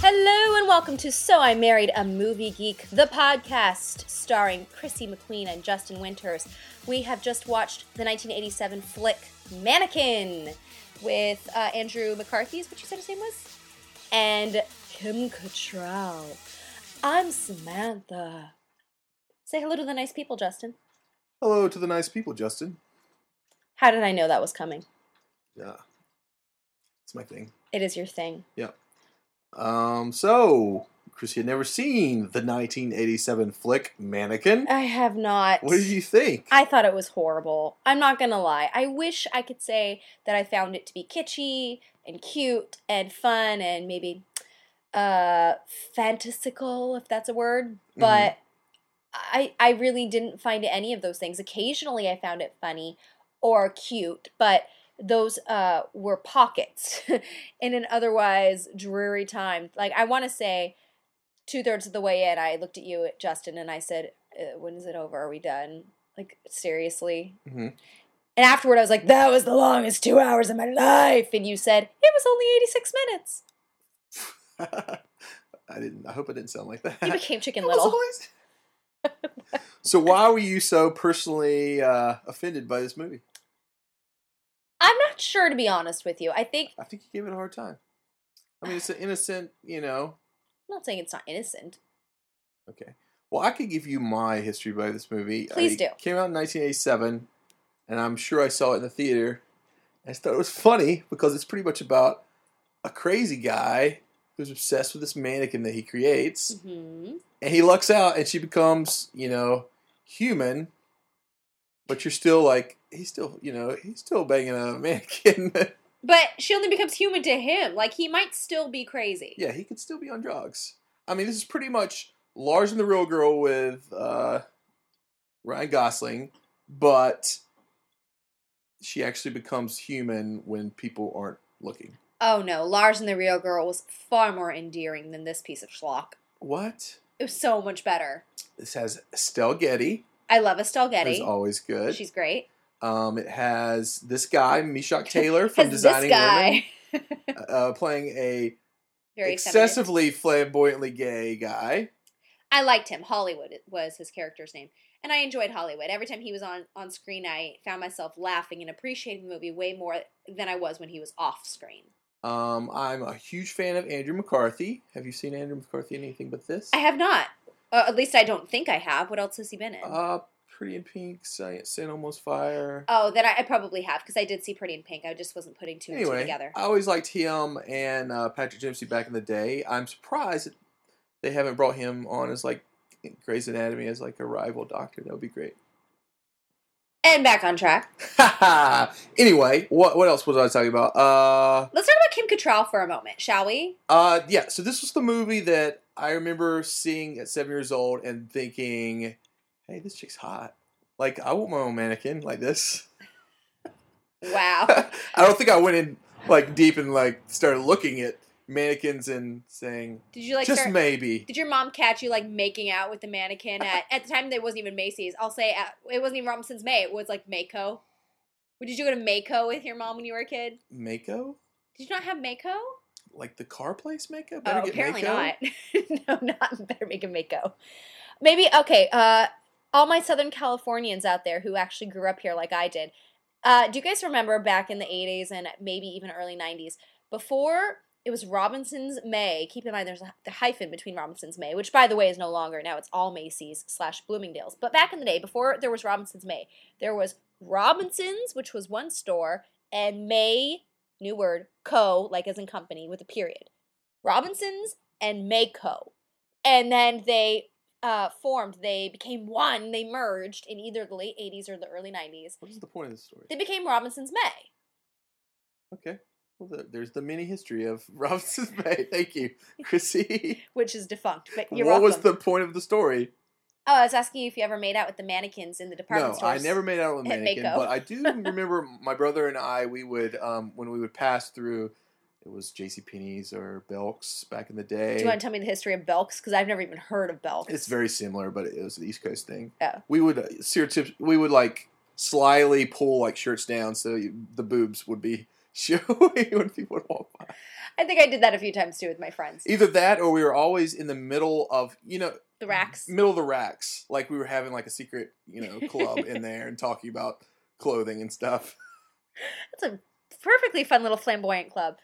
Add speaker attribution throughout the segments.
Speaker 1: Hello and welcome to So I Married a Movie Geek, the podcast starring Chrissy McQueen and Justin Winters. We have just watched the 1987 flick Mannequin with uh, Andrew McCarthy, is what you said his name was? and Kim Cattrall. I'm Samantha. Say hello to the nice people, Justin.
Speaker 2: Hello to the nice people, Justin.
Speaker 1: How did I know that was coming?
Speaker 2: Yeah. It's my thing.
Speaker 1: It is your thing.
Speaker 2: Um, so, Chrissy had never seen the 1987 flick Mannequin.
Speaker 1: I have not.
Speaker 2: What did you think?
Speaker 1: I thought it was horrible. I'm not gonna lie. I wish I could say that I found it to be kitschy and cute and fun and maybe uh fantasical, if that's a word. But I I really didn't find any of those things. Occasionally I found it funny or cute, but those uh were pockets in an otherwise dreary time. Like I wanna say two thirds of the way in, I looked at you, Justin, and I said, "Uh, "When is it over? Are we done? Like seriously?"
Speaker 2: Mhm.
Speaker 1: And afterward, I was like, "That was the longest two hours of my life," and you said it was only eighty six minutes.
Speaker 2: I didn't. I hope I didn't sound like that.
Speaker 1: You became Chicken
Speaker 2: That was
Speaker 1: Little.
Speaker 2: hilarious. so, why were you so personally uh, offended by this movie?
Speaker 1: I'm not sure to be honest with you. I think
Speaker 2: I think you gave it a hard time. I mean, it's an innocent, you know.
Speaker 1: I'm not saying it's not innocent.
Speaker 2: Okay. Well, I could give you my history by this movie.
Speaker 1: Please
Speaker 2: It
Speaker 1: do.
Speaker 2: Came out in 1987, and I'm sure I saw it in the theater. I just thought it was funny because it's pretty much about a crazy guy who's obsessed with this mannequin that he creates,
Speaker 1: hmm
Speaker 2: and he lucks out, and she becomes, you know, human. But you're still like he's still, you know, he's still banging a mannequin.
Speaker 1: But she only becomes human to him. Like he might still be crazy.
Speaker 2: yeah, he could still be on drugs. I mean, this is pretty much Lars and the Real Girl with uh, Ryan Gosling, but she actually becomes human when people aren't looking.
Speaker 1: Oh no, Lars and the Real Girl was far more endearing than this piece of schlock.
Speaker 2: What?
Speaker 1: It was so much better.
Speaker 2: This has Estelle Getty,
Speaker 1: I love Estelle
Speaker 2: who's
Speaker 1: Getty.
Speaker 2: always good.
Speaker 1: She's great.
Speaker 2: um, it has this guy, Meshack Taylor from
Speaker 1: Because
Speaker 2: Designing
Speaker 1: this guy,
Speaker 2: Women, uh, playing a
Speaker 1: very excessive.
Speaker 2: excessively flamboyantly gay guy.
Speaker 1: I liked him. Hollywood was his character's name, and I enjoyed Hollywood. Every time he was on on screen, I found myself laughing and appreciating the movie way more than I was when he was off screen.
Speaker 2: Um, I'm a huge fan of Andrew McCarthy. Have you seen Andrew McCarthy in anything but this?
Speaker 1: I have not. Uh, at least I don't think I have. What else has he been in?
Speaker 2: Uh, Pretty in Pink, Silent Sin, Almost Fire.
Speaker 1: oh, then I, I probably have because I did see Pretty in Pink. I just wasn't putting two and two
Speaker 2: anyway,
Speaker 1: together.
Speaker 2: I always liked him and uh, Patrick Dempsey back in the day. I'm surprised that they haven't brought him on as like Grey's Anatomy as like a rival doctor. That would be great.
Speaker 1: and back on track.
Speaker 2: anyway, what what else was I talking about? Uh,
Speaker 1: Let's talk about Kim Cattrall for a moment, shall we?
Speaker 2: uh, yeah. So this was the movie that I remember seeing at seven years old and thinking, "Hey, this chick's hot." Like I want my own mannequin like this.
Speaker 1: Wow.
Speaker 2: I don't think I went in like deep and like started looking at mannequins and saying
Speaker 1: Did you like
Speaker 2: just
Speaker 1: start-
Speaker 2: maybe.
Speaker 1: Did your mom catch you like making out with the mannequin at at the time? That it wasn't even Macy's. I'll say at, it wasn't even Robinson's May. It was like Mako. Or Did you go to Mako with your mom when you were a kid?
Speaker 2: Mako?
Speaker 1: Did you not have Mako?
Speaker 2: Like the car place Mako?
Speaker 1: Oh,
Speaker 2: Better get
Speaker 1: apparently
Speaker 2: Mako?
Speaker 1: not. no, not better make a Mako. Maybe okay. Uh, all my Southern Californians out there who actually grew up here like I did, uh, do you guys remember back in the '80s and maybe even early '90s before? It was Robinson's May. Keep in mind, there's a the hyphen between Robinson's May, which, by the way, is no longer now. It's all Macy's slash Bloomingdale's. But back in the day, before there was Robinson's May, there was Robinson's, which was one store, and May, new word, co, like as in company, with a period. Robinsons and Mako. And then they uh, formed, they became one, they merged in either the late 80s or the early 90s.
Speaker 2: What is the point of this story?
Speaker 1: They became Robinsons May.
Speaker 2: Okay. Well, there- there's the mini history of Robinson's Bay. Thank you, Chrissy.
Speaker 1: which is defunct. But
Speaker 2: what
Speaker 1: you're welcome.
Speaker 2: was the point of the story?
Speaker 1: oh, I was asking you if you ever made out with the mannequins in the department
Speaker 2: no,
Speaker 1: stores.
Speaker 2: I never made out with a
Speaker 1: at
Speaker 2: mannequin,
Speaker 1: Mako.
Speaker 2: but I do remember my brother and I. We would um, when we would pass through. It was J.C. Penney's or Belk's back in the day.
Speaker 1: Do you want to tell me the history of Belks? Because I've never even heard of Belks.
Speaker 2: It's very similar, but it was the East Coast thing.
Speaker 1: Oh.
Speaker 2: We would uh, seriously, we would like slyly pull like shirts down so you, the boobs would be showing when people would walk by.
Speaker 1: I think I did that a few times too with my friends.
Speaker 2: Either that, or we were always in the middle of you know
Speaker 1: The racks.
Speaker 2: middle of the racks. Like we were having like a secret you know club in there and talking about clothing and stuff.
Speaker 1: That's a perfectly fun little flamboyant club.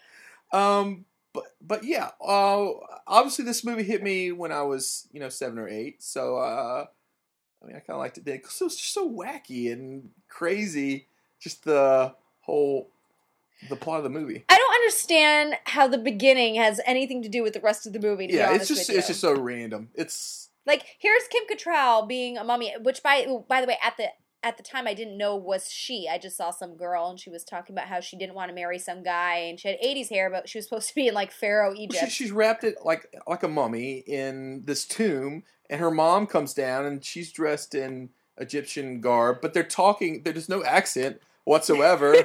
Speaker 2: Um, but but yeah, uh, obviously this movie hit me when I was you know seven or eight. So uh, I mean, I kind of liked it then because it was just so wacky and crazy. Just the whole the plot of the movie.
Speaker 1: I don't understand how the beginning has anything to do with the rest of the movie. To be
Speaker 2: Yeah,
Speaker 1: honest
Speaker 2: it's just
Speaker 1: with you.
Speaker 2: it's just so random. It's
Speaker 1: like here's Kim Cattrall being a mummy, which by by the way at the at the time I didn't know was she. I just saw some girl and she was talking about how she didn't want to marry some guy and she had 80s hair, but she was supposed to be in like Pharaoh
Speaker 2: she,
Speaker 1: Egypt.
Speaker 2: she's wrapped it like like a mummy in this tomb, and her mom comes down and she's dressed in Egyptian garb, but they're talking. There's no accent whatsoever,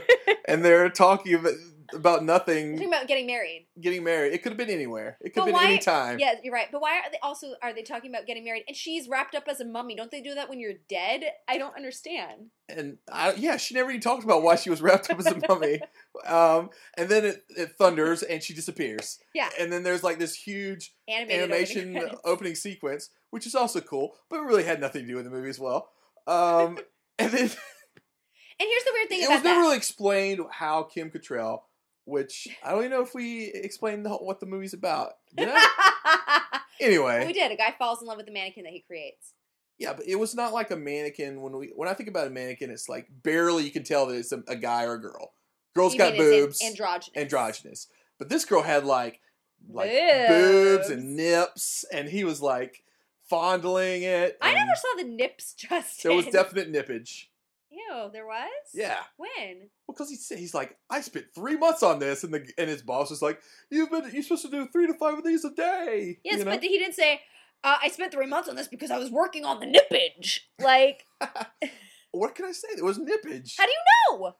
Speaker 2: and they're talking about, about nothing.
Speaker 1: Talking about getting married.
Speaker 2: getting married. It could have been anywhere. It
Speaker 1: But
Speaker 2: could have been
Speaker 1: why-
Speaker 2: any time.
Speaker 1: Yeah, you're right. But why are they also are they talking about getting married? And she's wrapped up as a mummy. Don't they do that when you're dead? I don't understand.
Speaker 2: And I, yeah, she never even talked about why she was wrapped up as a mummy. Um, and then it, it thunders and she disappears.
Speaker 1: Yeah.
Speaker 2: And then there's like this huge
Speaker 1: Animated
Speaker 2: animation
Speaker 1: opening
Speaker 2: opening,
Speaker 1: credits.
Speaker 2: sequence, which is also cool, but it really had nothing to do with the movie as well. Um, and then
Speaker 1: And here's the weird thing
Speaker 2: uh, it
Speaker 1: about
Speaker 2: was never
Speaker 1: that.
Speaker 2: really explained how Kim Cattrall, which I don't even know if we explained the, whole- what the movie's about. Did I? Anyway,
Speaker 1: we did. A guy falls in love with the mannequin that he creates.
Speaker 2: Yeah, but it was not like a mannequin. When we when I think about a mannequin, it's like barely you can tell that it's a, a guy or a girl. Girl's
Speaker 1: You
Speaker 2: got
Speaker 1: mean it's an-
Speaker 2: boobs,
Speaker 1: Androgynous.
Speaker 2: androgynous. But this girl had like like boobs.
Speaker 1: Boobs.
Speaker 2: and nips, and he was like fondling it.
Speaker 1: I
Speaker 2: and
Speaker 1: never saw the nips, Justin.
Speaker 2: There was definite nippage.
Speaker 1: Ew, there was?
Speaker 2: Yeah,
Speaker 1: When?
Speaker 2: because he's he's like I spent three months on this, and the and his boss was like, you've been you're supposed to do three to five of these a day.
Speaker 1: Yes,
Speaker 2: you know?
Speaker 1: but he didn't say, uh, I spent three months on this because I was working on the nippage. Like,
Speaker 2: what can I say? There was nippage
Speaker 1: How do no!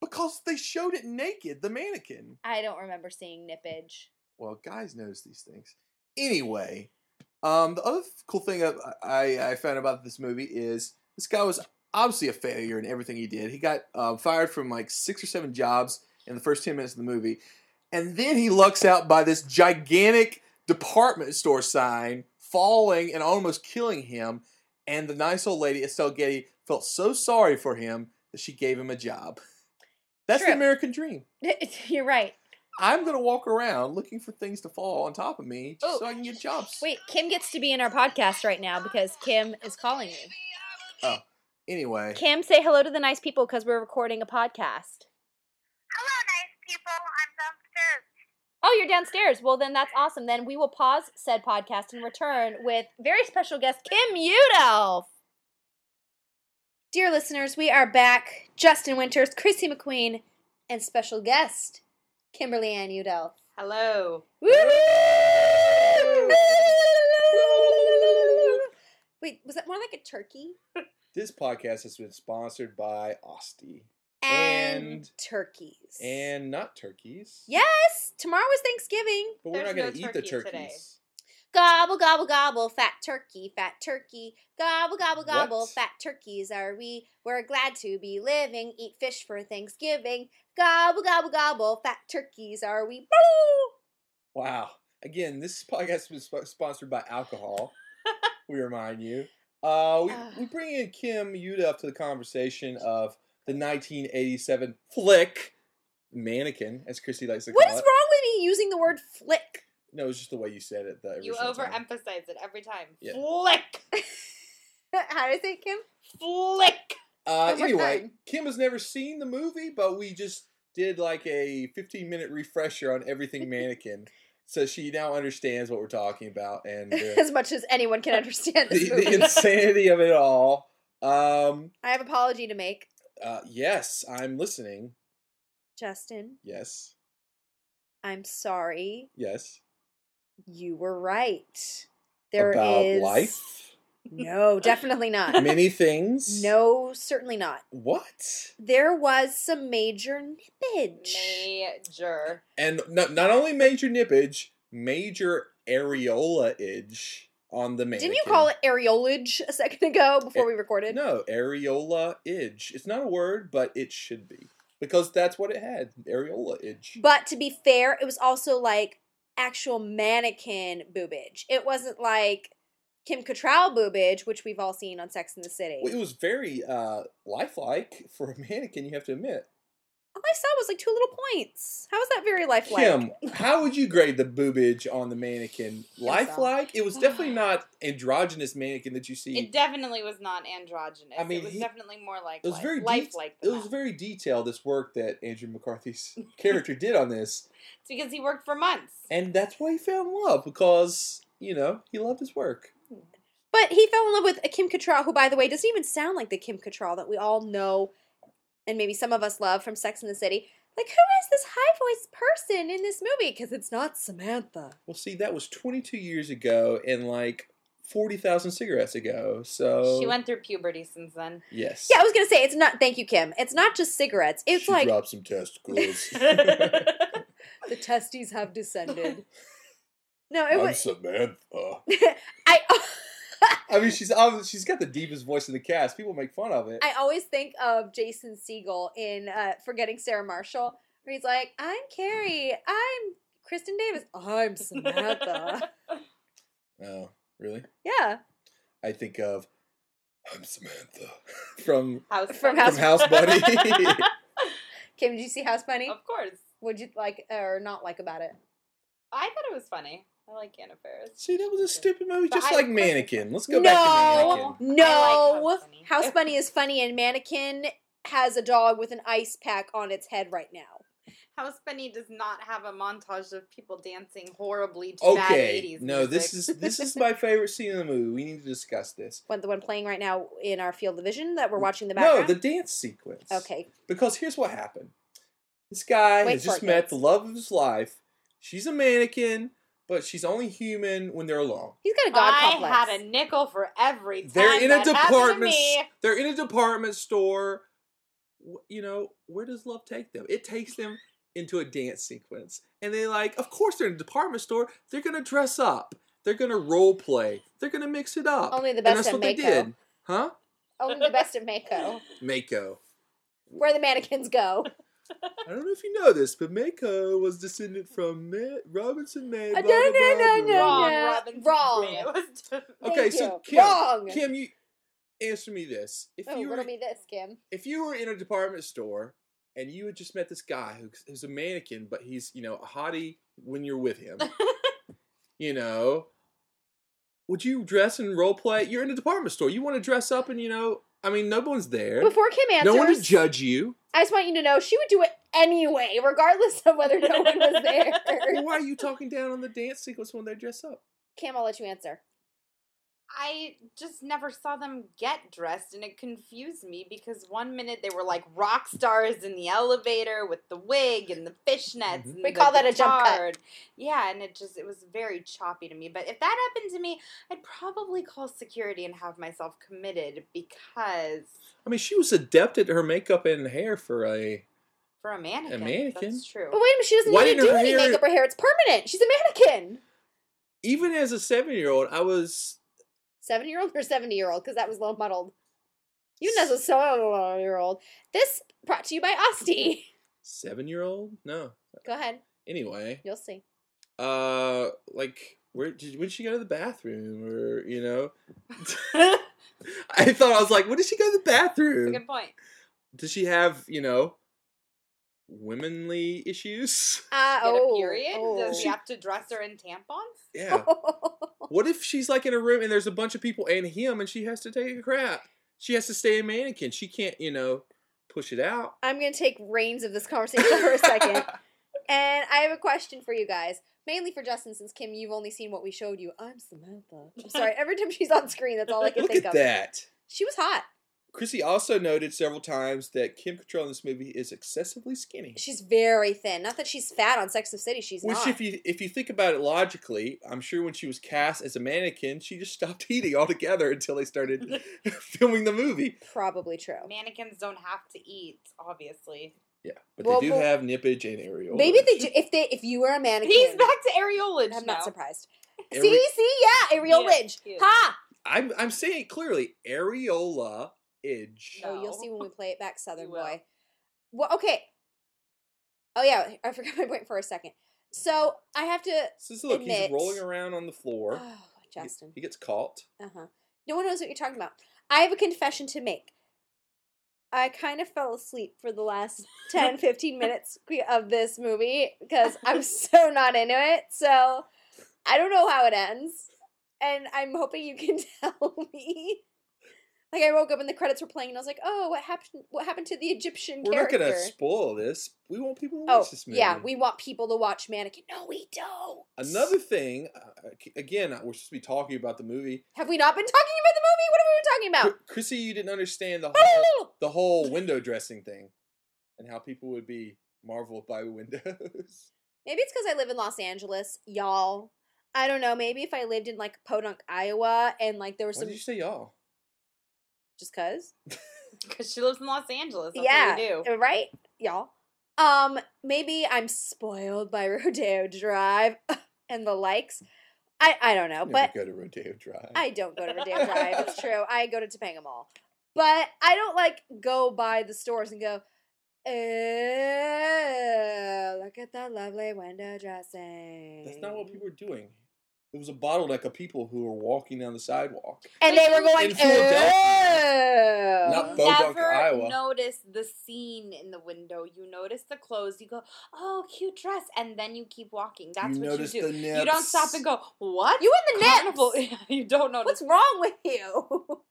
Speaker 2: because they showed it naked, the mannequin.
Speaker 1: I don't remember seeing nippage.
Speaker 2: well guys knows these things anyway um the other th- cool thing I, I i found about this movie is this guy was obviously a failure in everything he did he got uh, fired from like six or seven jobs in the first 10 minutes of the movie and then he lucks out by this gigantic department store sign falling and almost killing him and the nice old lady estelle getty felt so sorry for him that she gave him a job that's
Speaker 1: True.
Speaker 2: the american dream
Speaker 1: You're right.
Speaker 2: I'm gonna walk around looking for things to fall on top of me just
Speaker 1: Oh.
Speaker 2: so I can get jobs.
Speaker 1: Wait, Kim gets to be in our podcast right now because Kim is calling me.
Speaker 2: Anyway,
Speaker 1: Kim, say hello to the nice people because we're recording a podcast.
Speaker 3: Hello, nice people. I'm downstairs.
Speaker 1: Oh, you're downstairs. Well, then that's awesome. Then we will pause said podcast and return with very special guest Kim Udolph. Dear listeners, we are back. Justin Winters, Chrissy McQueen, and special guest Kimberly Ann Udolph.
Speaker 4: Hello.
Speaker 1: Woo! Wait, was that more like a turkey?
Speaker 2: this podcast has been sponsored by Osti
Speaker 1: And,
Speaker 2: And-
Speaker 1: turkeys.
Speaker 2: and not turkeys.
Speaker 1: yes, tomorrow is Thanksgiving.
Speaker 2: but
Speaker 4: we're not There's gonna no eat the turkey today. turkeys.
Speaker 1: Gobble, gobble, gobble, fat turkey, fat turkey. Gobble, gobble, gobble,
Speaker 2: What?
Speaker 1: fat turkeys are we. We're glad to be living. Eat fish for Thanksgiving. Gobble, gobble, gobble, fat turkeys are we. Boo!
Speaker 2: Wow. Again, this podcast has been sp- sponsored by alcohol. we remind you. Uh,
Speaker 1: Ah.
Speaker 2: we, we bring in Kim Uduff to the conversation of the 1987 flick mannequin, as Christy likes to call
Speaker 1: What is
Speaker 2: it.
Speaker 1: wrong with me using the word flick?
Speaker 2: No, it's just the way you said it. The
Speaker 4: You
Speaker 2: original time.
Speaker 4: overemphasize it every time.
Speaker 2: Yeah.
Speaker 4: Flick.
Speaker 1: How do I say it, Kim?
Speaker 4: Flick.
Speaker 2: Uh,
Speaker 1: One more
Speaker 2: anyway,
Speaker 1: time.
Speaker 2: Kim has never seen the movie, but we just did like a 15 minute refresher on everything mannequin. so she now understands what we're talking about and uh, the,
Speaker 1: as much as anyone can understand this movie.
Speaker 2: the insanity of it all. Um,
Speaker 1: I have apology to make,
Speaker 2: uh, yes, I'm listening.
Speaker 1: Justin.
Speaker 2: Yes.
Speaker 1: I'm sorry.
Speaker 2: Yes.
Speaker 1: You were right. There is
Speaker 2: About life.
Speaker 1: No, definitely not.
Speaker 2: Many things.
Speaker 1: no, certainly not.
Speaker 2: What?
Speaker 1: There was some major nippage.
Speaker 4: Major.
Speaker 2: And not, not only major nippage, major areola-age on the mannequin.
Speaker 1: Didn't you call it areolage a second ago before we recorded?
Speaker 2: No, areola-age. It's not a word, but it should be. Because that's what it had, areola-age.
Speaker 1: But to be fair, it was also like actual mannequin boobage. It wasn't like Kim Cattrall boobage, which we've all seen on Sex in the City.
Speaker 2: Well, it was very uh, lifelike for a mannequin, you have to admit.
Speaker 1: all I saw was like two little points. How is that very lifelike?
Speaker 2: Kim, how would you grade the boobage on the mannequin? Lifelike? It was definitely not androgynous mannequin that you see.
Speaker 4: It definitely was not androgynous.
Speaker 2: I mean,
Speaker 4: it was
Speaker 2: he-
Speaker 4: definitely more like
Speaker 2: it was very de-
Speaker 4: lifelike.
Speaker 2: it
Speaker 4: than
Speaker 2: was
Speaker 4: that.
Speaker 2: very detailed, this work that Andrew McCarthy's character did on this.
Speaker 4: It's because he worked for months.
Speaker 2: And that's why he fell in love, because, you know, he loved his work.
Speaker 1: But he fell in love with a Kim Cattrall, who, by the way, doesn't even sound like the Kim Cattrall that we all know, and maybe some of us love from Sex in the City. Like, who is this high voiced person in this movie? Because it's not Samantha.
Speaker 2: Well, see, that was 22 years ago and like 40,000 cigarettes ago. So,
Speaker 4: She went through puberty since then.
Speaker 2: yes.
Speaker 1: Yeah, I was gonna say it's not. Thank you, Kim. It's not just cigarettes. It's
Speaker 2: she
Speaker 1: like
Speaker 2: dropped some testicles.
Speaker 1: the testes have descended. no, it was.
Speaker 2: Samantha.
Speaker 1: I.
Speaker 2: I mean, she's obvi- she's got the deepest voice in the cast. People make fun of it.
Speaker 1: I always think of Jason Siegel in uh, Forgetting Sarah Marshall, where he's like, "I'm Carrie. I'm Kristen Davis. I'm Samantha."
Speaker 2: oh, really?
Speaker 1: yeah.
Speaker 2: I think of I'm Samantha from
Speaker 4: House
Speaker 1: From
Speaker 4: Bunny.
Speaker 1: House-
Speaker 2: from House Bunny.
Speaker 1: Kim, did you see House Bunny?
Speaker 4: of course.
Speaker 1: Would you like or not like about it?
Speaker 4: I thought it was funny. I like Anna Faris.
Speaker 2: See, that was a stupid movie,
Speaker 4: But
Speaker 2: just
Speaker 4: I-
Speaker 2: like Mannequin. Let's go back to
Speaker 1: No,
Speaker 2: Mannequin.
Speaker 1: no.
Speaker 4: House Bunny.
Speaker 1: House Bunny is funny, and Mannequin has a dog with an ice pack on its head right now.
Speaker 4: House Bunny does not have a montage of people dancing horribly to bad
Speaker 2: Okay,
Speaker 4: 80s
Speaker 2: no, this
Speaker 4: music.
Speaker 2: is this is my favorite scene in the movie. We need to discuss this.
Speaker 1: One, the one playing right now in our field of vision that we're watching in the
Speaker 2: No,
Speaker 1: background.
Speaker 2: the dance sequence.
Speaker 1: okay,
Speaker 2: Because here's what happened. This guy
Speaker 1: Wait
Speaker 2: has
Speaker 1: for
Speaker 2: just
Speaker 1: it,
Speaker 2: met
Speaker 1: guys.
Speaker 2: the love of his life. She's a mannequin, but she's only human when they're alone.
Speaker 1: he's got a god
Speaker 4: I
Speaker 1: complex.
Speaker 4: had a nickel for every time
Speaker 2: They're in a
Speaker 4: that happened to
Speaker 2: department.
Speaker 4: me.
Speaker 2: s- They're in a department store. Wh- You know where does love take them? It takes them into a dance sequence, and they like. Of course, they're in a department store. They're gonna dress up. They're gonna role play. They're gonna mix it up.
Speaker 1: Only the
Speaker 2: And
Speaker 1: best
Speaker 2: that's
Speaker 1: at
Speaker 2: what they
Speaker 1: Mako.
Speaker 2: did, huh?
Speaker 1: Only Oh, the best at Mako,
Speaker 2: Mako.
Speaker 1: where the mannequins go.
Speaker 2: I don't know if you know this, but Mako was descended from Ma- Robinson May.
Speaker 1: Uh,
Speaker 2: blah,
Speaker 1: no,
Speaker 2: blah,
Speaker 1: no,
Speaker 2: blah,
Speaker 1: no,
Speaker 2: blah.
Speaker 1: no,
Speaker 4: Wrong,
Speaker 1: Yeah,
Speaker 4: Robinson
Speaker 1: wrong.
Speaker 4: Crusoe. It was just-
Speaker 2: Okay,
Speaker 1: Thank
Speaker 2: so
Speaker 1: you.
Speaker 2: Kim,
Speaker 1: Wrong.
Speaker 2: Kim, you answer me this: if
Speaker 1: Oh,
Speaker 2: you were
Speaker 1: riddle me this, Kim.
Speaker 2: if you were in a department store and you had just met this guy who's, who's a mannequin, but he's you know a hottie when you're with him, you know, would you dress and role play? You're in a department store. You want to dress up and you know, I mean, no one's there.
Speaker 1: Before Kim answers,
Speaker 2: no one to judge you.
Speaker 1: I just want you to know she would do it anyway, regardless of whether no one was there.
Speaker 2: Well, why are you talking down on the dance sequence when they dress up?
Speaker 1: Cam, I'll let you answer.
Speaker 4: I just never saw them get dressed, and it confused me because one minute they were like rock stars in the elevator with the wig and the
Speaker 2: Mhm.
Speaker 4: fishnets. And
Speaker 1: We
Speaker 4: the
Speaker 1: call that a jump cut.
Speaker 4: guitar. Yeah, and it just it was very choppy to me. But if that happened to me, I'd probably call security and have myself committed because
Speaker 2: I mean, she was adept at her makeup and hair for a.
Speaker 4: for a mannequin,
Speaker 2: mannequin?
Speaker 4: that's true.
Speaker 1: But wait a minute, she doesn't
Speaker 2: Why
Speaker 1: need to
Speaker 2: didn't
Speaker 1: do
Speaker 2: her
Speaker 1: any
Speaker 2: hair-
Speaker 1: makeup or hair. It's permanent. She's a mannequin.
Speaker 2: Even as a seven-year-old, I was
Speaker 1: Seven year old or 70 year old? Because that was a little muddled. You know, as a seven year old. This brought to you by Osti.
Speaker 2: seven-year-old. No,
Speaker 1: Go ahead.
Speaker 2: anyway.
Speaker 1: You'll see.
Speaker 2: uh like where did when did she go to the bathroom or you know i thought i was like when did she go to the
Speaker 4: That's a
Speaker 2: bathroom
Speaker 4: good point.
Speaker 2: does she have you know womanly issues
Speaker 1: Uh,
Speaker 4: Get
Speaker 1: oh.
Speaker 4: a period?
Speaker 1: oh.
Speaker 4: Does she have to dress her in tampons?
Speaker 2: yeah what if she's like in a room and there's a bunch of people and him and she has to take a crap she has to stay a mannequin she can't you know push it out
Speaker 1: I'm going to take reins of this conversation for a second. And I have a question for you guys, mainly for Justin, since Kim, you've only seen what we showed you. I'm Samantha. I'm sorry. Every time she's on screen, that's all I can
Speaker 2: look
Speaker 1: think
Speaker 2: at
Speaker 1: of.
Speaker 2: that
Speaker 1: She was hot.
Speaker 2: Chrissy also noted several times that Kim Cattrall in this movie is excessively skinny.
Speaker 1: She's very thin. Not that she's fat on Sex of the City. She's
Speaker 2: Which,
Speaker 1: not.
Speaker 2: if you if you think about it logically, I'm sure when she was cast as a mannequin, she just stopped eating altogether until they started filming the movie.
Speaker 1: Probably true.
Speaker 4: Mannequins don't have to eat, obviously.
Speaker 2: Yeah, but
Speaker 1: Well,
Speaker 2: they do
Speaker 1: but-
Speaker 2: have nippage and areola.
Speaker 1: Maybe they do. If they, if you were a mannequin,
Speaker 4: He's back to areolage
Speaker 1: I'm
Speaker 4: now.
Speaker 1: not surprised.
Speaker 2: Are we-
Speaker 1: see, see, yeah, Ariel
Speaker 4: Yeah,
Speaker 1: Ridge.
Speaker 4: cute.
Speaker 1: Ha!
Speaker 2: I'm I'm saying it clearly areola edge.
Speaker 4: No.
Speaker 1: Oh, you'll see when we play it back, Southern
Speaker 4: You will.
Speaker 1: boy. Well, okay. Oh yeah, I forgot my point for a second. So I have to.
Speaker 2: So just look, he's
Speaker 1: Admit.
Speaker 2: rolling around on the floor.
Speaker 1: Oh,
Speaker 2: He-
Speaker 1: Justin.
Speaker 2: he gets caught.
Speaker 1: Uh huh. No one knows what you're talking about. I have a confession to make. I kind of fell asleep for the last 10, 15 minutes of this movie because I'm so not into it. So I don't know how it ends. And I'm hoping you can tell me. Like I woke up and the credits were playing and I was like, oh, what happened what happened to the Egyptian
Speaker 2: We're
Speaker 1: character?
Speaker 2: not gonna spoil this. We want people to watch
Speaker 1: oh,
Speaker 2: this movie.
Speaker 1: yeah, we want people to watch Mannequin. No, we don't.
Speaker 2: Another thing, uh, again, we're supposed to be talking about the movie.
Speaker 1: Have we not been talking about the movie? What have we been talking
Speaker 2: Chr-
Speaker 1: about?
Speaker 2: Chrissy, you didn't understand the whole the whole window dressing thing, and how people would be marveled by windows.
Speaker 1: Maybe it's because I live in Los Angeles, y'all. I don't know. Maybe if I lived in like Podunk, Iowa, and like there were
Speaker 2: Why
Speaker 1: some
Speaker 2: did you say y'all?
Speaker 1: just cause,
Speaker 4: Because she lives in Los Angeles. That's
Speaker 1: yeah,
Speaker 4: What we
Speaker 2: Oh.
Speaker 4: do.
Speaker 1: uh, right, y'all. Um, maybe I'm spoiled by Rodeo Drive and the likes. I I don't know,
Speaker 2: You
Speaker 1: but
Speaker 2: never go to Rodeo Drive.
Speaker 1: I don't go to Rodeo Drive. It's true. I go to Topanga Mall, but I don't like go by the stores and go. Oh, look at that lovely window dressing.
Speaker 2: That's not what people were doing. It was a bottleneck of people who were walking down the sidewalk.
Speaker 1: and they were going
Speaker 2: In Philadelphia.
Speaker 1: "Oh."
Speaker 2: Not
Speaker 4: You
Speaker 2: Bodunk,
Speaker 4: never
Speaker 2: Iowa.
Speaker 4: notice the scene in the window. You notice the clothes. You go, oh, cute dress, and then you keep walking. That's
Speaker 2: you
Speaker 4: what
Speaker 2: noticed
Speaker 4: you do.
Speaker 2: the nips.
Speaker 4: You don't stop and go, what?
Speaker 1: you in the
Speaker 4: Carnival-
Speaker 1: nips.
Speaker 4: you don't notice.
Speaker 1: What's wrong with you?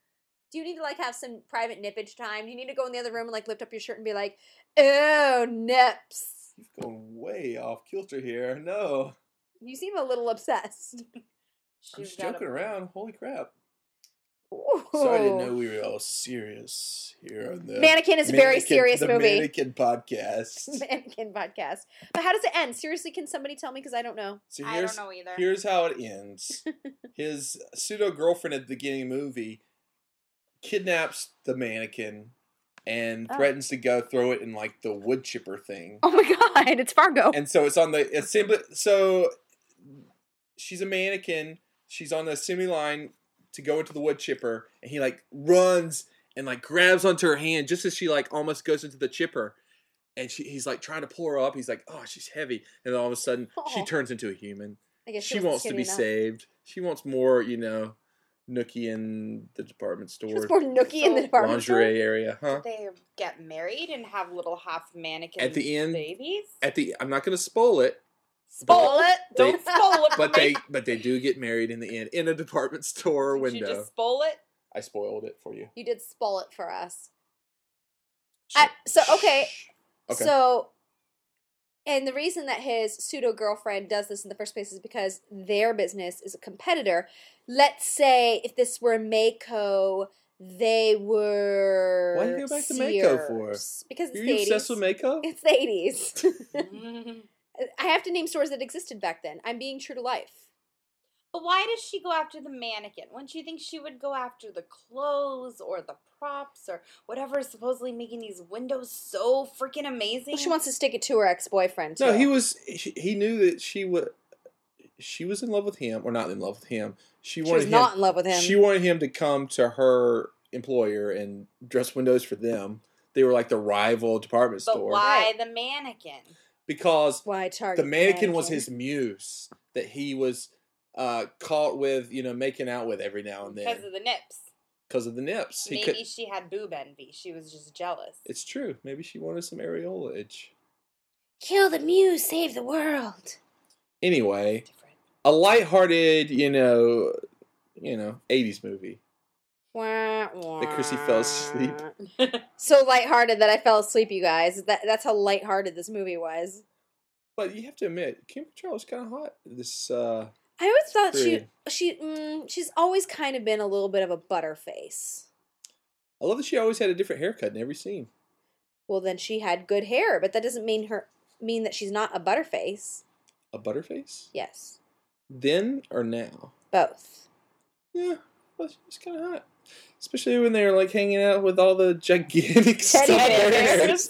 Speaker 1: Do you need to like have some private nippage time? Do you need to go in the other room and like lift up your shirt and be like, "Oh, nips."
Speaker 2: You've gone way off kilter here. No,
Speaker 1: You seem a little obsessed.
Speaker 4: She's
Speaker 2: I'm just
Speaker 4: got a-
Speaker 2: joking around. Holy crap! Sorry, I didn't know we were all serious here on the
Speaker 1: Mannequin is a very
Speaker 2: Mannequin-
Speaker 1: serious
Speaker 2: the
Speaker 1: movie.
Speaker 2: Mannequin podcast.
Speaker 1: Mannequin podcast. But how does it end? Seriously, can somebody tell me? Because I don't know.
Speaker 2: So
Speaker 4: I
Speaker 2: here's
Speaker 4: don't know either.
Speaker 2: here's how it ends. His pseudo girlfriend at the beginning of the movie kidnaps the mannequin and
Speaker 1: Oh.
Speaker 2: threatens to go throw it in like the wood chipper thing.
Speaker 1: Oh my god, it's Fargo.
Speaker 2: And so it's on the assembly. So she's a mannequin. She's on the assembly line to go into the wood chipper, and he like runs and like grabs onto her hand just as she like almost goes into the chipper. And she, he's like trying to pull her up. He's like, "Oh, she's heavy." And then all of a sudden, she
Speaker 1: Aw.
Speaker 2: turns into a human.
Speaker 1: I
Speaker 2: She,
Speaker 1: wasn't
Speaker 2: wants to
Speaker 1: skinny
Speaker 2: be
Speaker 1: enough.
Speaker 2: saved. She wants more, you know, nookie in the department
Speaker 1: She was
Speaker 2: store,
Speaker 1: more nookie in the
Speaker 4: So-
Speaker 1: department store.
Speaker 2: lingerie area, huh?
Speaker 4: They get married and have little half mannequin
Speaker 2: At the end-
Speaker 4: babies.
Speaker 2: At the, I'm not gonna spoil it,
Speaker 4: Spoil
Speaker 1: it.
Speaker 4: Don't spoil it.
Speaker 2: but they but they do get married in the end in a department store
Speaker 4: Did
Speaker 2: window.
Speaker 4: You just spoil it.
Speaker 2: I spoiled it for you.
Speaker 1: You did spoil it for us. I- so, okay.
Speaker 2: Shh. Okay.
Speaker 1: So, and the reason that his pseudo girlfriend does this in the first place is because their business is a competitor. Let's say if this were Mako, they were.
Speaker 2: Why'd you go back to Mako for?
Speaker 1: Sears. Because it's
Speaker 2: Are
Speaker 1: the
Speaker 2: you obsessed
Speaker 1: 80s.
Speaker 2: with makeup?
Speaker 1: It's the 80s.
Speaker 4: but
Speaker 1: I have to name stores that existed back then. I'm being true to life.
Speaker 4: why does she go after the mannequin? Wouldn't you think she would go after the clothes or the props or whatever is supposedly making these windows so freaking amazing?
Speaker 1: Well, she wants to stick it to her ex boyfriend.
Speaker 2: No, he was. He, he knew that she would. She was in love with him, or not in love with him.
Speaker 1: She
Speaker 2: She wanted
Speaker 1: was not
Speaker 2: him.
Speaker 1: in love with him.
Speaker 2: She wanted him to come to her employer and dress windows for them. They were like the rival department
Speaker 4: but
Speaker 2: store
Speaker 4: why the mannequin?
Speaker 2: because
Speaker 1: Why target
Speaker 2: the mannequin was his muse that he was uh, caught with, you know, making out with every now and
Speaker 4: Because
Speaker 2: then
Speaker 4: of the nips.
Speaker 2: because of the nips. He
Speaker 4: Maybe
Speaker 2: could.
Speaker 4: she had boob envy. She was just jealous.
Speaker 2: It's true. Maybe she wanted some areolage.
Speaker 1: Kill the muse, save the world.
Speaker 2: Anyway,
Speaker 4: different.
Speaker 2: a lighthearted, you know, you know, eighties movie.
Speaker 1: That
Speaker 2: Chrissy fell asleep.
Speaker 1: so lighthearted that I fell asleep, you guys. That that's how lighthearted this movie was.
Speaker 2: But you have to admit, Kim Cattrall is kind of hot. This uh,
Speaker 1: I always thought
Speaker 2: period.
Speaker 1: she she mm, she's always kind of been a little bit of a butterface.
Speaker 2: I love that she always had a different haircut in every scene.
Speaker 1: Well, then she had good hair, but that doesn't mean her mean that she's not a butterface.
Speaker 2: A butterface?
Speaker 1: Yes,
Speaker 2: Then or now?
Speaker 1: both.
Speaker 2: Yeah, well, she's kind of hot. Especially when they're like hanging out with all the gigantic
Speaker 1: Teddy
Speaker 2: stars.
Speaker 1: bears.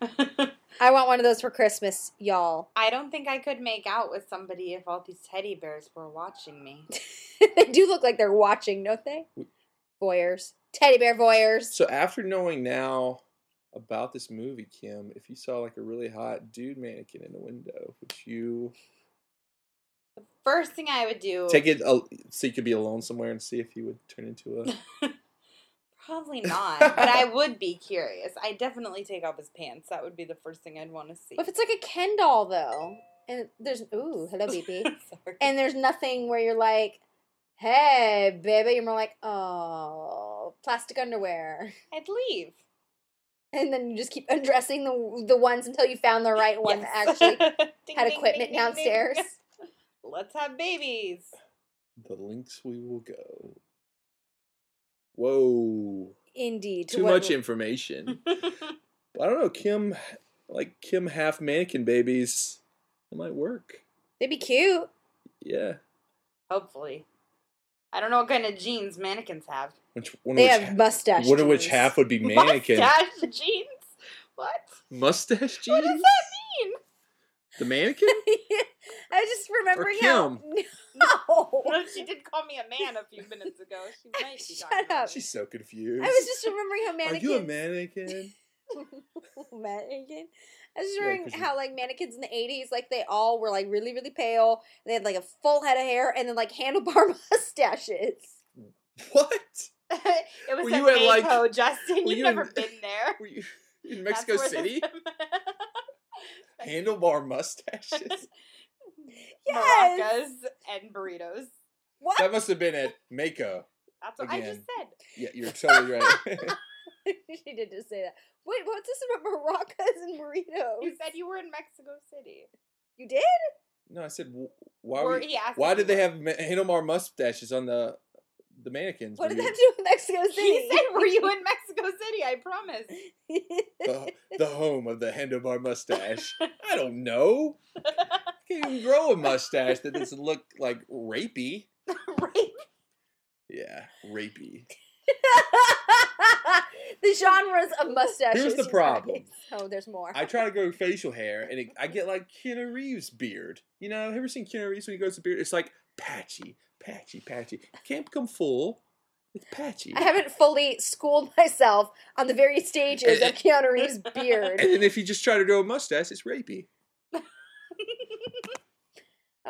Speaker 1: I want one of those for Christmas, y'all.
Speaker 4: I don't think I could make out with somebody if all these teddy bears were watching me.
Speaker 1: they do look like they're watching, don't they? Voyeurs, teddy bear voyeurs.
Speaker 2: So after knowing now about this movie, Kim, if you saw like a really hot dude mannequin in the window, would you
Speaker 4: First thing I would
Speaker 1: Oh.
Speaker 4: do
Speaker 2: take it al- so you could be alone somewhere and see if he would turn into a?
Speaker 4: Probably not, but I would be curious. I definitely take off his pants. That would be the first thing I'd want to see.
Speaker 1: What if it's like a Ken doll though? And there's ooh, hello, BB.
Speaker 4: Sorry.
Speaker 1: and there's nothing where you're like, "Hey, baby," you're more like, "Oh, plastic underwear,"
Speaker 4: I'd leave.
Speaker 1: and then you just keep undressing the the ones until you found the right one that actually
Speaker 4: Ding,
Speaker 1: had
Speaker 4: ding,
Speaker 1: equipment
Speaker 4: ding, ding, ding.
Speaker 1: downstairs.
Speaker 4: Let's have babies.
Speaker 2: The links we will go. Whoa!
Speaker 1: Indeed, to
Speaker 2: Too
Speaker 1: what- hmm.
Speaker 2: much information. I don't know, Kim. Like Kim, half mannequin babies. It might work.
Speaker 1: They'd be cute.
Speaker 2: Yeah.
Speaker 4: Hopefully. I don't know what kind of jeans mannequins have.
Speaker 2: Which one?
Speaker 1: They
Speaker 2: which
Speaker 1: have mustache.
Speaker 2: One of which
Speaker 1: jeans.
Speaker 2: half would be mannequin.
Speaker 4: Mustache jeans? What?
Speaker 2: Mustache jeans?
Speaker 4: What does that mean?
Speaker 2: The mannequin?
Speaker 1: I was just remembering
Speaker 2: Kim.
Speaker 1: how. No.
Speaker 4: Well, she did call me a man a few minutes ago. She might be
Speaker 1: Shut
Speaker 4: talking about
Speaker 1: up.
Speaker 4: me.
Speaker 2: She's so confused.
Speaker 1: I was just remembering how
Speaker 2: Are
Speaker 1: mannequins.
Speaker 2: you a mannequin?
Speaker 1: mannequin. I was just
Speaker 2: Yeah,
Speaker 1: remembering
Speaker 2: 'cause you-
Speaker 1: how like mannequins in the '80s, like they all were like really, really pale. They had like a full head of hair and then like handlebar mustaches.
Speaker 2: what?
Speaker 4: it was
Speaker 2: Were
Speaker 4: at
Speaker 2: you at, like-
Speaker 4: Mexico, Justin.
Speaker 2: were
Speaker 4: You've
Speaker 2: you
Speaker 4: never
Speaker 2: in-
Speaker 4: been there.
Speaker 2: Were you in
Speaker 4: That's
Speaker 2: Mexico
Speaker 4: where the-
Speaker 2: City? Handlebar mustaches?
Speaker 1: Yes!
Speaker 4: Maracas and burritos.
Speaker 1: What?
Speaker 2: That must have been at Mako.
Speaker 4: That's what I just
Speaker 2: Again.
Speaker 4: said.
Speaker 2: Yeah, you're totally right.
Speaker 1: she did just say that. Wait, what's this about maracas and
Speaker 4: You
Speaker 1: burritos?
Speaker 4: said you were in Mexico City.
Speaker 1: You did?
Speaker 2: no, I said, wh- why
Speaker 4: Or
Speaker 2: were you-
Speaker 4: he asked
Speaker 2: why
Speaker 4: if
Speaker 2: did they
Speaker 4: you
Speaker 2: have ma- handlebar mustaches on the the mannequins?
Speaker 1: What
Speaker 2: Were
Speaker 1: did that
Speaker 2: you-
Speaker 1: have to do with Mexico
Speaker 4: were- He
Speaker 1: City?
Speaker 4: said, "Were you in Mexico City?" I promise.
Speaker 2: the, the home of the handlebar mustache. I don't know. I can't even grow a mustache that doesn't look like rapey.
Speaker 4: Right?
Speaker 2: Yeah, rapey.
Speaker 1: the genres of mustaches.
Speaker 2: Here's the
Speaker 1: right.
Speaker 2: problem.
Speaker 1: Oh, there's more.
Speaker 2: I try to grow facial hair, and it, I get like Keanu Reeves' beard. You know, have you ever seen Keanu Reeves when he grows a beard? It's like patchy, patchy, patchy. It can't become full. It's patchy.
Speaker 1: I haven't fully schooled myself on the various stages
Speaker 2: And-
Speaker 1: of Keanu Reeves' beard.
Speaker 2: And then if you just try to grow a mustache, it's rapey.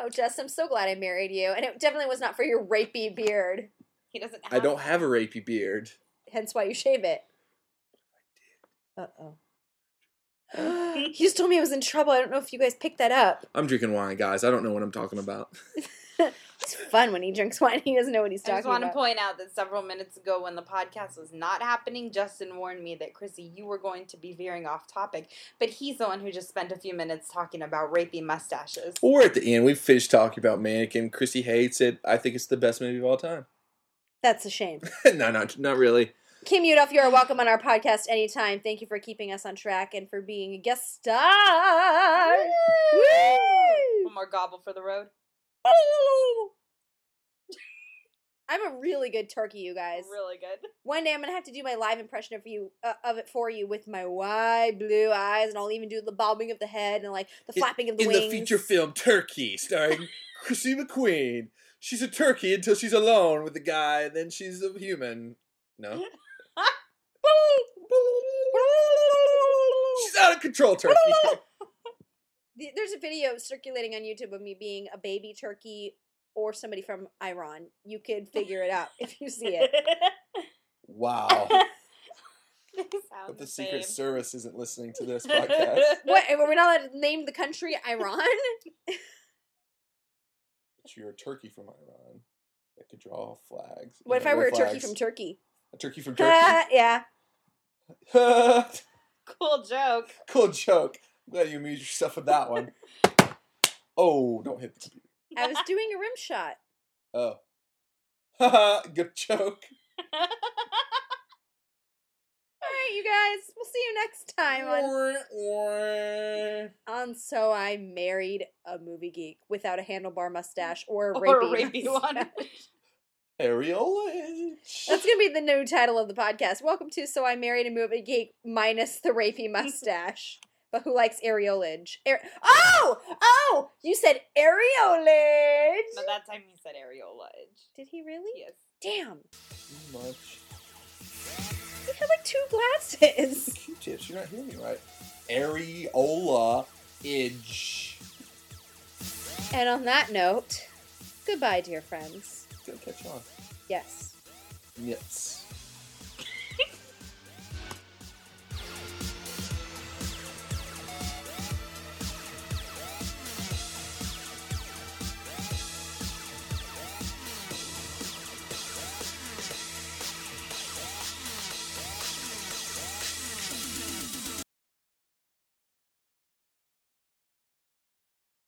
Speaker 1: Oh, Jess, I'm so glad I married you. And it definitely was not for your rapey beard,
Speaker 4: He doesn't. Have
Speaker 2: I don't have a rapey beard.
Speaker 1: hence why you shave it. Uh oh. you just told me I was in trouble. I don't know if you guys picked that up.
Speaker 2: I'm drinking wine, guys. I don't know what I'm talking about.
Speaker 1: It's fun when he drinks wine. He doesn't know what he's
Speaker 4: I
Speaker 1: talking
Speaker 4: just want to
Speaker 1: about.
Speaker 4: point out that several minutes ago, when the podcast was not happening, Justin warned me that Chrissy, you were going to be veering off topic. But he's the one who just spent a few minutes talking about rapey mustaches.
Speaker 2: Well, we're at the end. We've finished talking about Mannequin. Chrissy hates it. I think it's the best movie of all time.
Speaker 1: That's a shame.
Speaker 2: no, not not really.
Speaker 1: Kim Udoff, you are welcome on our podcast anytime. Thank you for keeping us on track and for being a guest star. Woo!
Speaker 4: One more gobble for the road.
Speaker 1: I'm a really good turkey, you guys.
Speaker 4: Really good.
Speaker 1: One day I'm gonna have to do my live impression of you uh, of it for you with my wide blue eyes, and I'll even do the bobbing of the head and like the
Speaker 2: In-
Speaker 1: flapping of the
Speaker 2: in
Speaker 1: wings.
Speaker 2: the feature film Turkey, starring Chrissy McQueen. She's a turkey until she's alone with the guy, and then she's a human. No. she's out of control, turkey.
Speaker 1: Th- There's a video circulating on YouTube of me being a baby turkey or somebody from Iran. You could figure it out if you see it.
Speaker 2: wow.
Speaker 4: They sound
Speaker 2: Hope
Speaker 4: the
Speaker 2: the Secret
Speaker 4: same.
Speaker 2: Service isn't listening to this podcast.
Speaker 1: What? Were we not allowed to name the country Iran?
Speaker 2: But you're a turkey from Iran that could draw flags.
Speaker 1: What if I were a turkey
Speaker 2: Flags.
Speaker 1: from Turkey?
Speaker 2: a turkey from Turkey?
Speaker 1: yeah.
Speaker 4: cool joke.
Speaker 2: cool joke. I'm glad you amused yourself with that one. Oh, don't hit the computer.
Speaker 1: I was doing a rim shot.
Speaker 2: Oh. Haha, good joke.
Speaker 1: right, you guys. We'll see you next time on, on So I Married a Movie Geek Without a Handlebar Mustache or a Rapey,
Speaker 4: Or a rapey
Speaker 1: mustache.
Speaker 4: one.
Speaker 2: Ariola itch.
Speaker 1: That's going to be the new title of the podcast. Welcome to So I Married a Movie Geek minus the rapey mustache. but who likes areolage? Air- oh! Oh! You said
Speaker 4: but
Speaker 1: areolage!
Speaker 4: that time he said areola edge.
Speaker 1: Did he really?
Speaker 4: Yes.
Speaker 1: Damn.
Speaker 2: Too much.
Speaker 1: He had like two glasses.
Speaker 2: Q-tips. You're not hearing me right. Areola itch.
Speaker 1: and on that note, goodbye, dear friends.
Speaker 2: It's gonna catch on.
Speaker 1: Yes.
Speaker 2: Yes.